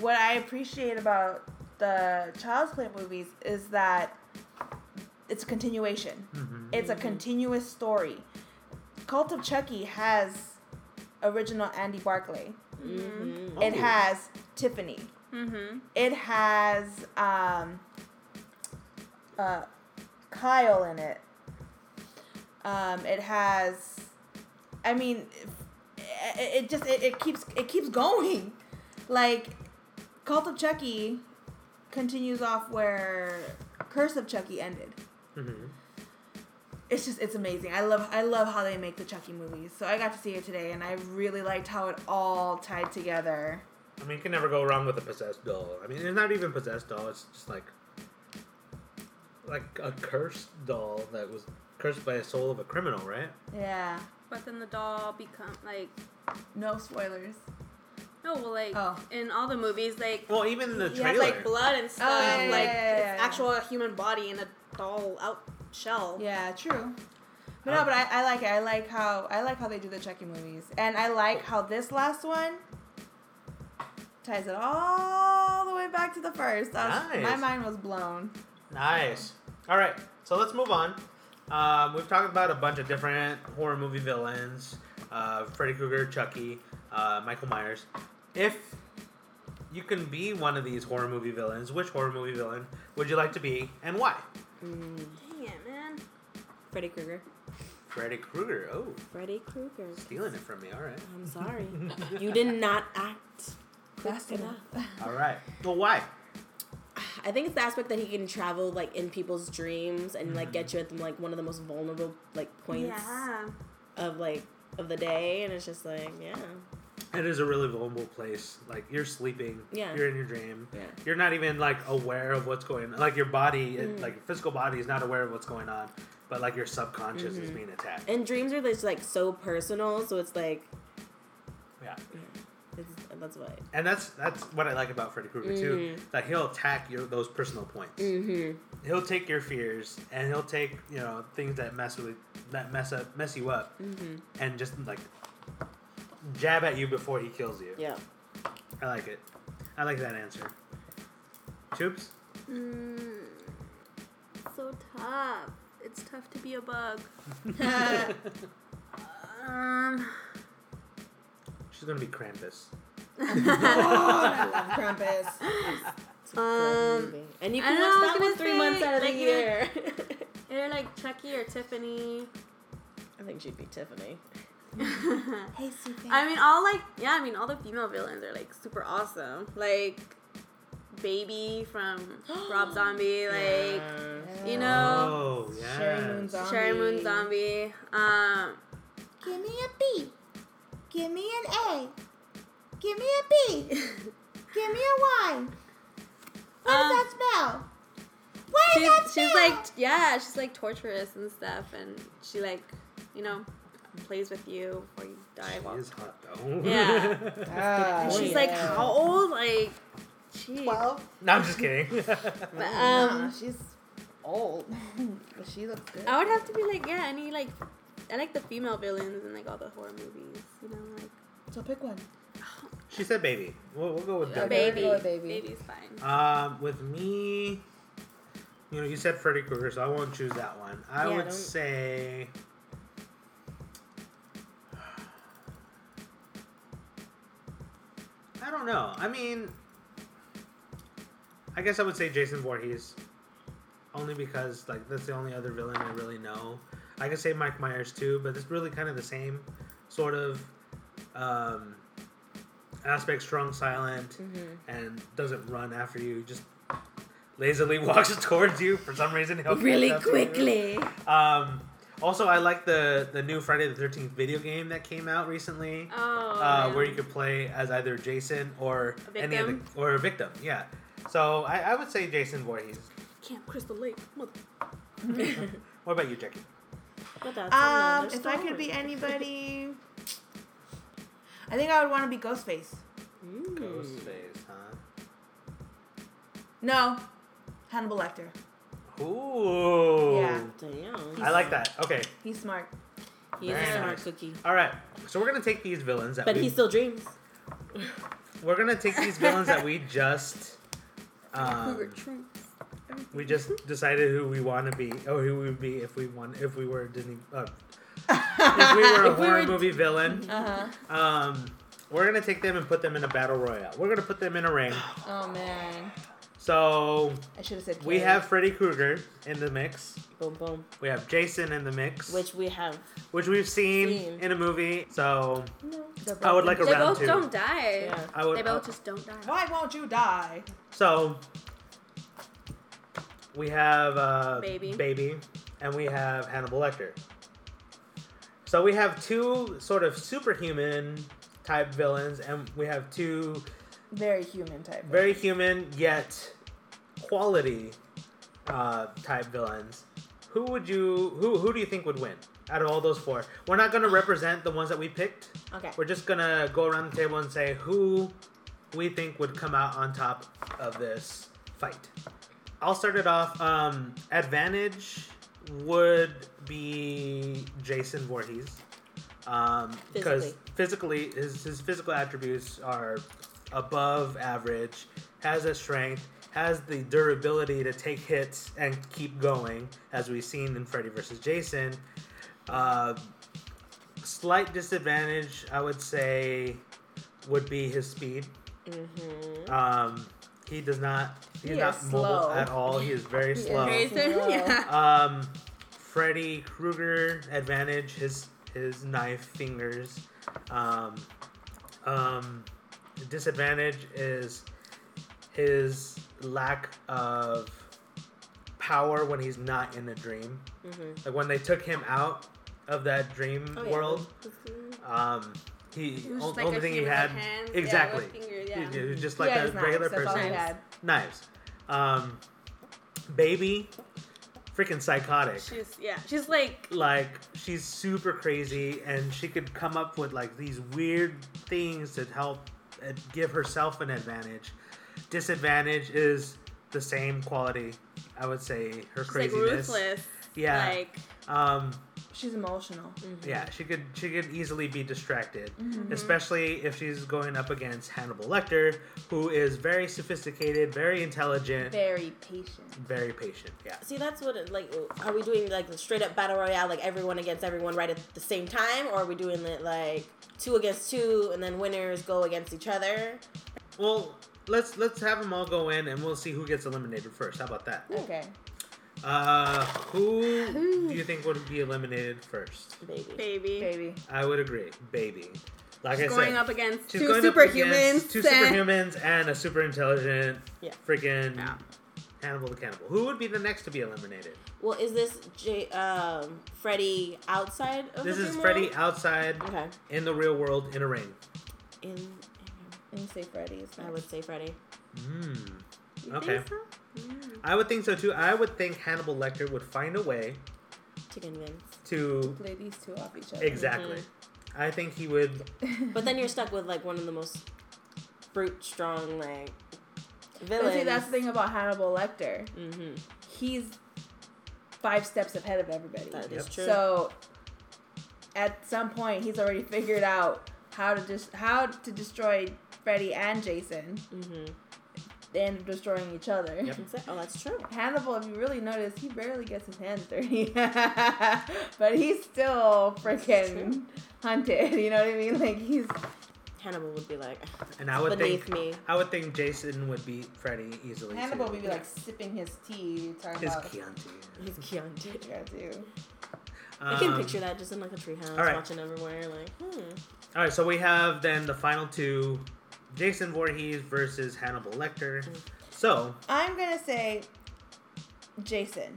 B: what I appreciate about the Child's Play movies is that it's a continuation.
C: Mm-hmm.
D: Mhm.
B: It's a continuous story. Cult of Chucky has original Andy Barclay.
E: Mm-hmm.
B: It
D: Oh.
B: has Tiffany.
C: Mm-hmm.
B: It has um, uh, Kyle in it. Um, it has, I mean, it, it- it just it, it keeps it keeps going. Like, Cult of Chucky continues off where Curse of Chucky ended.
D: Mhm.
B: It's just it's amazing. I love I love how they make the Chucky movies. So I got to see it today, and I really liked how it all tied together.
D: I mean, you can never go wrong with a possessed doll. I mean, it's not even possessed doll. It's just like like a cursed doll that was cursed by a soul of a criminal, right?
B: Yeah.
C: But then the doll become like
B: No spoilers.
C: no, well, like
B: Oh.
C: in all the movies, like
D: Well, even in the
C: you
D: trailer.
C: have like blood and stuff,
B: yeah, yeah,
C: like
B: yeah, yeah,
C: it's
B: yeah.
C: actual human body in a doll out shell.
B: Yeah, true. But no, but I, I like it. I like how I like how they do the Chucky movies, and I like how this last one ties it all the way back to the first. I was, My
D: Nice.
B: mind was blown.
D: Nice. All right, so let's move on. Um, we've talked about a bunch of different horror movie villains: uh, Freddy Krueger, Chucky, uh, Michael Myers. If you can be one of these horror movie villains, which horror movie villain would you like to be, and why?
C: Dang it, man.
E: Freddy Krueger.
D: Freddy Krueger. Oh,
E: Freddy Krueger.
D: stealing it from me. All right.
E: I'm sorry. you did not act
B: Fast
E: enough.
D: All right. Well, why?
E: I think it's the aspect that he can travel like in people's dreams and like get you at like one of the most vulnerable like points
C: Yeah.
E: of like of the day, and it's just like yeah,
D: It is a really vulnerable place. Like you're sleeping.
E: Yeah.
D: You're in your dream.
E: yeah.
D: You're not even like aware of what's going. on. Like your body,
E: Mm.
D: like your physical body, is not aware of what's going on, but like your subconscious is being attacked.
E: Mm-hmm. And dreams are just like so personal, so it's like
D: Yeah.
E: it's, that's why.
D: And that's that's what I like about Freddy Krueger too.
E: Mm.
D: That he'll attack your those personal points.
E: Mm-hmm.
D: He'll take your fears and he'll take you know things that mess with that mess up mess you up,
E: Mm-hmm.
D: and just like jab at you before he kills you.
E: Yeah.
D: I like it. I like that answer. Choops.
C: Mm, so tough. It's tough to be a bug. Um,
D: She's gonna be Krampus.
B: Krampus.
E: Good
C: um,
E: movie. and you
C: I
E: can
C: know, I was
E: watch that
C: gonna
E: one three
C: say,
E: months out of
C: like,
E: the
C: you-
E: year.
C: They're like Chucky or Tiffany.
E: I think she'd be Tiffany.
C: I
B: Hey, Sophie.
C: mean, all like yeah. I mean, all the female villains are like super awesome. Like Baby from Rob Zombie. Like you know
D: Oh, yeah.
B: Sherry Moon Zombie.
C: Sherry Moon Zombie. Um,
B: Give me a B. Give me an A. Give me a B. Give me a Y.
C: um,
B: smell?
C: she's, she's like yeah she's like torturous and stuff and she like you know plays with you before you die
D: She
C: while-
D: is hot, though.
C: Yeah. and she's like how old like geez.
D: no, I'm just kidding.
C: but,
B: Um,
C: um
B: she's old, but she looks good.
C: i would have to be like yeah any like i like the female villains in like all the horror movies you know like
B: So pick one.
D: she said baby. We'll, we'll go with
B: Yeah, there we
D: baby.
C: baby
B: go with baby.
C: baby's fine
D: Um, with me, you know, you said Freddy Krueger, so I won't choose that one. I
E: Yeah,
D: would
E: don't-
D: say. I don't know. I mean, I guess I would say Jason Voorhees, only because like that's the only other villain I really know. I could say Mike Myers too, but it's really kind of the same sort of um, aspect, strong, silent,
C: Mm-hmm.
D: and doesn't run after you. Just lazily walks towards you for some reason. He'll catch up to you. Um, also, I like the the new Friday the Thirteenth video game that came out recently,
C: oh
D: uh,
C: yeah.
D: where you could play as either Jason or
C: A
D: any of
C: victim?
D: the or a victim. Yeah. So I, I would say Jason Voorhees.
C: camp crystal lake mother
D: What about you, Jackie?
E: But that's
B: Um,
E: another
B: if I could
E: story.
B: be anybody, I think I would want to be Ghostface.
E: Mm.
C: Hmm.
D: Ghostface, huh?
B: No, Hannibal Lecter.
D: Ooh.
B: Yeah.
E: Damn.
D: I like that. Okay.
B: He's smart.
E: He's a
D: Very
E: smart
D: nice.
E: cookie.
D: All right. So we're gonna take these villains that
E: But
D: we
E: he still dreams.
D: we're gonna take these villains that we just um,
C: true
D: we just decided who we want to be or who we would be if we won if we were a Disney uh, if we were a
E: If we
D: horror
E: were-
D: movie villain.
B: Uh huh.
D: Um, we're gonna take them and put them in a battle royale. We're gonna put them in a ring.
B: Oh man,
D: So
B: I should have said.
D: we
B: Carrie.
D: have Freddy Krueger in the mix.
E: Boom, boom.
D: We have Jason in the mix, which,
E: Which we have.
D: we've seen,
E: Seen.
D: in a movie. So
B: The
D: I would like a
C: they
D: round
C: both
D: 2
C: don't die
E: Yeah.
D: I would.
C: they both just don't die
B: Why won't you die?
D: So we have uh,
C: Baby.
D: and we have Hannibal Lecter. So we have two sort of superhuman type villains, and we have two
B: Very human type. of-
D: very human yet quality uh, type villains. Who would you who who do you think would win out of all those four? We're not going to represent the ones that we picked.
E: Okay.
D: We're just gonna go around the table and say who we think would come out on top of this fight. I'll start it off. Um, advantage would be Jason Voorhees. Um, because physically, his, his physical attributes are above average, has a strength, has the durability to take hits and keep going, as we've seen in Freddy vs. Jason. Uh, slight disadvantage, I would say, would be his speed. Um, he does not.
B: Mm-hmm.
D: He's
B: He
D: not
B: is
D: mobile
B: slow.
D: at all. Oh, He is very slow.
C: Jason?
B: Whoa.
C: yeah
D: Um, Freddy Krueger advantage his his knife fingers. Um, um, disadvantage is his lack of power when he's not in a dream.
B: Mm-hmm.
D: Like when they took him out of that dream
E: Oh, yeah.
D: world, um, he,
C: was
D: on-
C: just like
D: only
C: a
D: thing he
C: human with
D: had
C: hands, yeah, with
D: exactly.
C: fingers,
D: He-
C: yeah.
D: he was just like
B: Yeah,
D: a
B: he's nice.
D: regular
B: That's all
D: person
B: I had.
D: knives. Um, baby, freaking psychotic.
C: she's yeah she's like
D: Like she's super crazy, and she could come up with like these weird things to help uh, give herself an advantage. Disadvantage is the same quality, I would say. Her
C: she's like
D: craziness.
C: ruthless
D: Yeah.
C: like mm-hmm.
D: um,
B: She's emotional.
D: yeah, she could she could easily be distracted, especially if she's going up against Hannibal Lecter, who is very sophisticated, very intelligent,
B: Very patient.
D: very patient. Yeah.
E: See, that's what, it, like, are we doing, like, the straight up battle royale, like, everyone against everyone right at the same time? Or are we doing it, like, two against two, and then winners go against each other?
D: Well, let's let's have them all go in, and we'll see who gets eliminated first. How about that?
B: Okay.
D: Uh, who do you think would be eliminated first?
E: Baby.
C: baby.
B: baby.
D: I would agree, baby. Like I
C: Going
D: said,
C: up against
D: she's
C: two
D: going up
C: superhumans.
D: against two
C: and-
D: superhumans, and a super intelligent,
E: Yeah.
D: freaking
C: Yeah.
D: Hannibal the cannibal. Who would be the next to be eliminated?
E: Well, is this J- um, Freddy outside of
D: This
E: the
D: is
E: dream
D: Freddy
E: world?
D: outside
E: Okay.
D: in the real world in a ring.
E: In,
B: Let me say Freddy's.
E: I would say Freddy.
D: Mm.
C: You
D: Okay.
C: think so?
D: I would think so too. I would think Hannibal Lecter would find a way
E: To convince.
D: to
B: play these two off each other.
D: exactly.
E: Mm-hmm.
D: I think he would
E: But then you're stuck with like one of the most brute strong like
B: But
E: villains.
B: see, that's the thing about Hannibal Lecter.
E: Mm-hmm.
B: He's five steps ahead of everybody.
E: That is
D: Yep.
E: true.
B: So at some point, he's already figured out how to just how to destroy Freddy and Jason.
E: mm-hmm.
B: They end up destroying each other.
D: Yep.
E: Oh, that's true.
B: Hannibal, if you really notice, he barely gets his hands dirty, but he's still freaking hunted. You know what I mean? Like he's
E: Hannibal would be like "Ugh,
D: and I would
E: beneath
D: think
E: me.
D: I would think Jason would beat Freddy easily.
B: Hannibal
D: too.
B: would be like sipping his tea, talking
D: his
B: about.
D: Chianti.
E: He's Keontae.
B: Yeah, dude.
E: I can
D: Um,
E: picture that just in like a treehouse,
D: all right.
E: watching everywhere. Like, hmm.
D: All right, so we have then the final two: Jason Voorhees versus Hannibal Lecter.
E: Mm.
D: So
B: I'm gonna say Jason,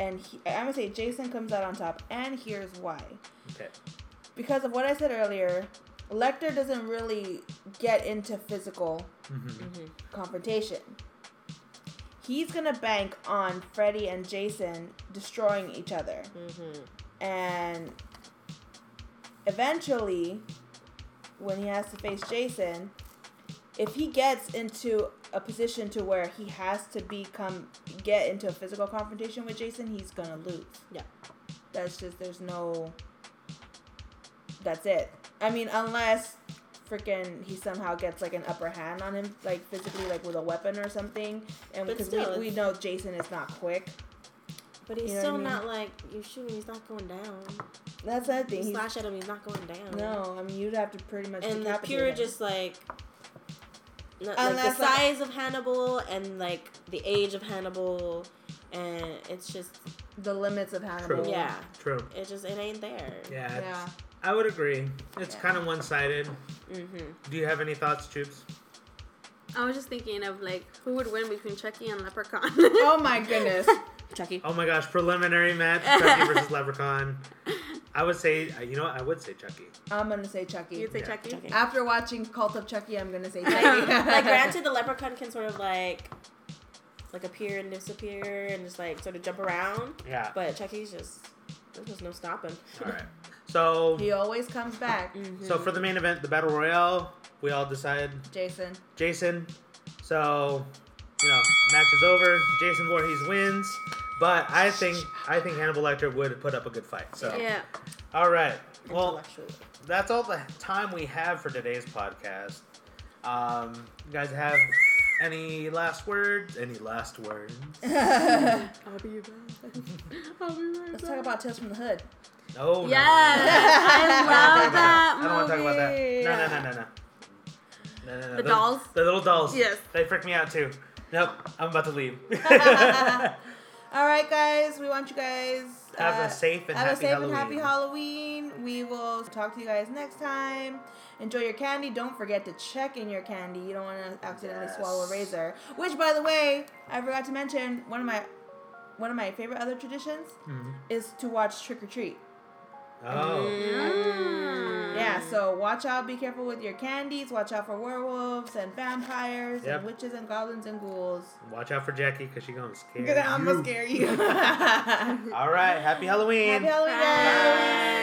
B: and he, I'm gonna say Jason comes out on top, and here's why.
D: okay,
B: Because of what I said earlier, Lecter doesn't really get into physical
D: Mhm.
E: Mm-hmm.
B: confrontation. He's gonna bank on Freddy and Jason destroying each other, and eventually, when he has to face Jason, if he gets into a position to where he has to become get into a physical confrontation with Jason, he's gonna lose.
E: Yeah.
B: That's just there's no. That's it. I mean, unless freaking he somehow gets like an upper hand on him, like physically, like with a weapon or something, and
E: But
B: because
E: still,
B: we, we
E: it's-
B: know Jason is not quick.
E: But he's
B: You know
E: still
B: what I
E: not like you shoot him. He's not going down.
B: That's another
E: You
B: thing. He's,
E: slash at him. He's not going down.
B: no, I mean you'd have to pretty much
E: And the
B: decapitate
E: pure
B: him. Um,
E: just like. Not, like
B: Unless,
E: the
B: like-
E: size of Hannibal and like the age of Hannibal, and it's just
B: the limits of Hannibal.
D: True.
E: yeah,
D: true.
E: it just it ain't there.
D: Yeah,
B: Yeah.
D: I would agree. It's
B: Yeah.
D: kind of one-sided.
E: Mm-hmm.
D: Do you have any thoughts, Choops?
C: I was just thinking of like who would win between Chucky and Leprechaun.
B: Oh my goodness.
E: Chucky.
D: Oh my gosh, preliminary match: Chucky versus Leprechaun. I would say, uh, you know, what? I would say Chucky.
B: I'm gonna say Chucky.
C: You'd say
D: Yeah.
C: Chucky.
E: Chucky.
B: After watching Cult of Chucky, I'm gonna say Chucky.
E: like, like granted the leprechaun can sort of like like appear and disappear and just like sort of jump around
D: Yeah.
E: but chucky's just there's just no stopping
D: All right. So,
B: He always comes back.
E: Mm.
D: so for the main event, the battle royale, we all decide
B: Jason.
D: Jason. So, you know, match is over. Jason Voorhees wins, but I think I think Hannibal Lecter would put up a good fight. So,
C: Yeah.
D: all right. Well,
E: intellectual
D: that's all the time we have for today's podcast. Um, you guys have any last words? Any last words?
B: Let's
C: I'll be back. I'll be right back.
B: talk about Tales from the Hood.
D: Oh, no, no, no, no.
C: Yes, I love that
D: I don't want to talk about that.
C: movie.
D: No, no, no, no, no. No, no, no.
C: The
D: Those-
C: dolls?
D: The little dolls.
C: Yes.
D: They freak me out too. Nope, I'm about to leave.
B: All right, guys. We want you guys
D: Have a
B: uh,
D: safe and
B: have a
D: happy
B: safe
D: Halloween.
B: and happy Halloween. We will talk to you guys next time. Enjoy your candy. Don't forget to check in your candy. You don't want to accidentally
D: Yes.
B: swallow a razor. Which, by the way, I forgot to mention one of my one of my favorite other traditions
D: Hmm.
B: is to watch Trick or Treat.
D: Oh,
B: Mm.
D: Mm.
B: Yeah, so watch out, be careful with your candies, watch out for werewolves and vampires
D: Yep.
B: and witches and goblins and ghouls.
D: watch out for Jackie because she's gonna scare
B: Because I'm
D: you.
B: gonna scare you. Happy
D: All right, happy Halloween.
B: Halloween, guys!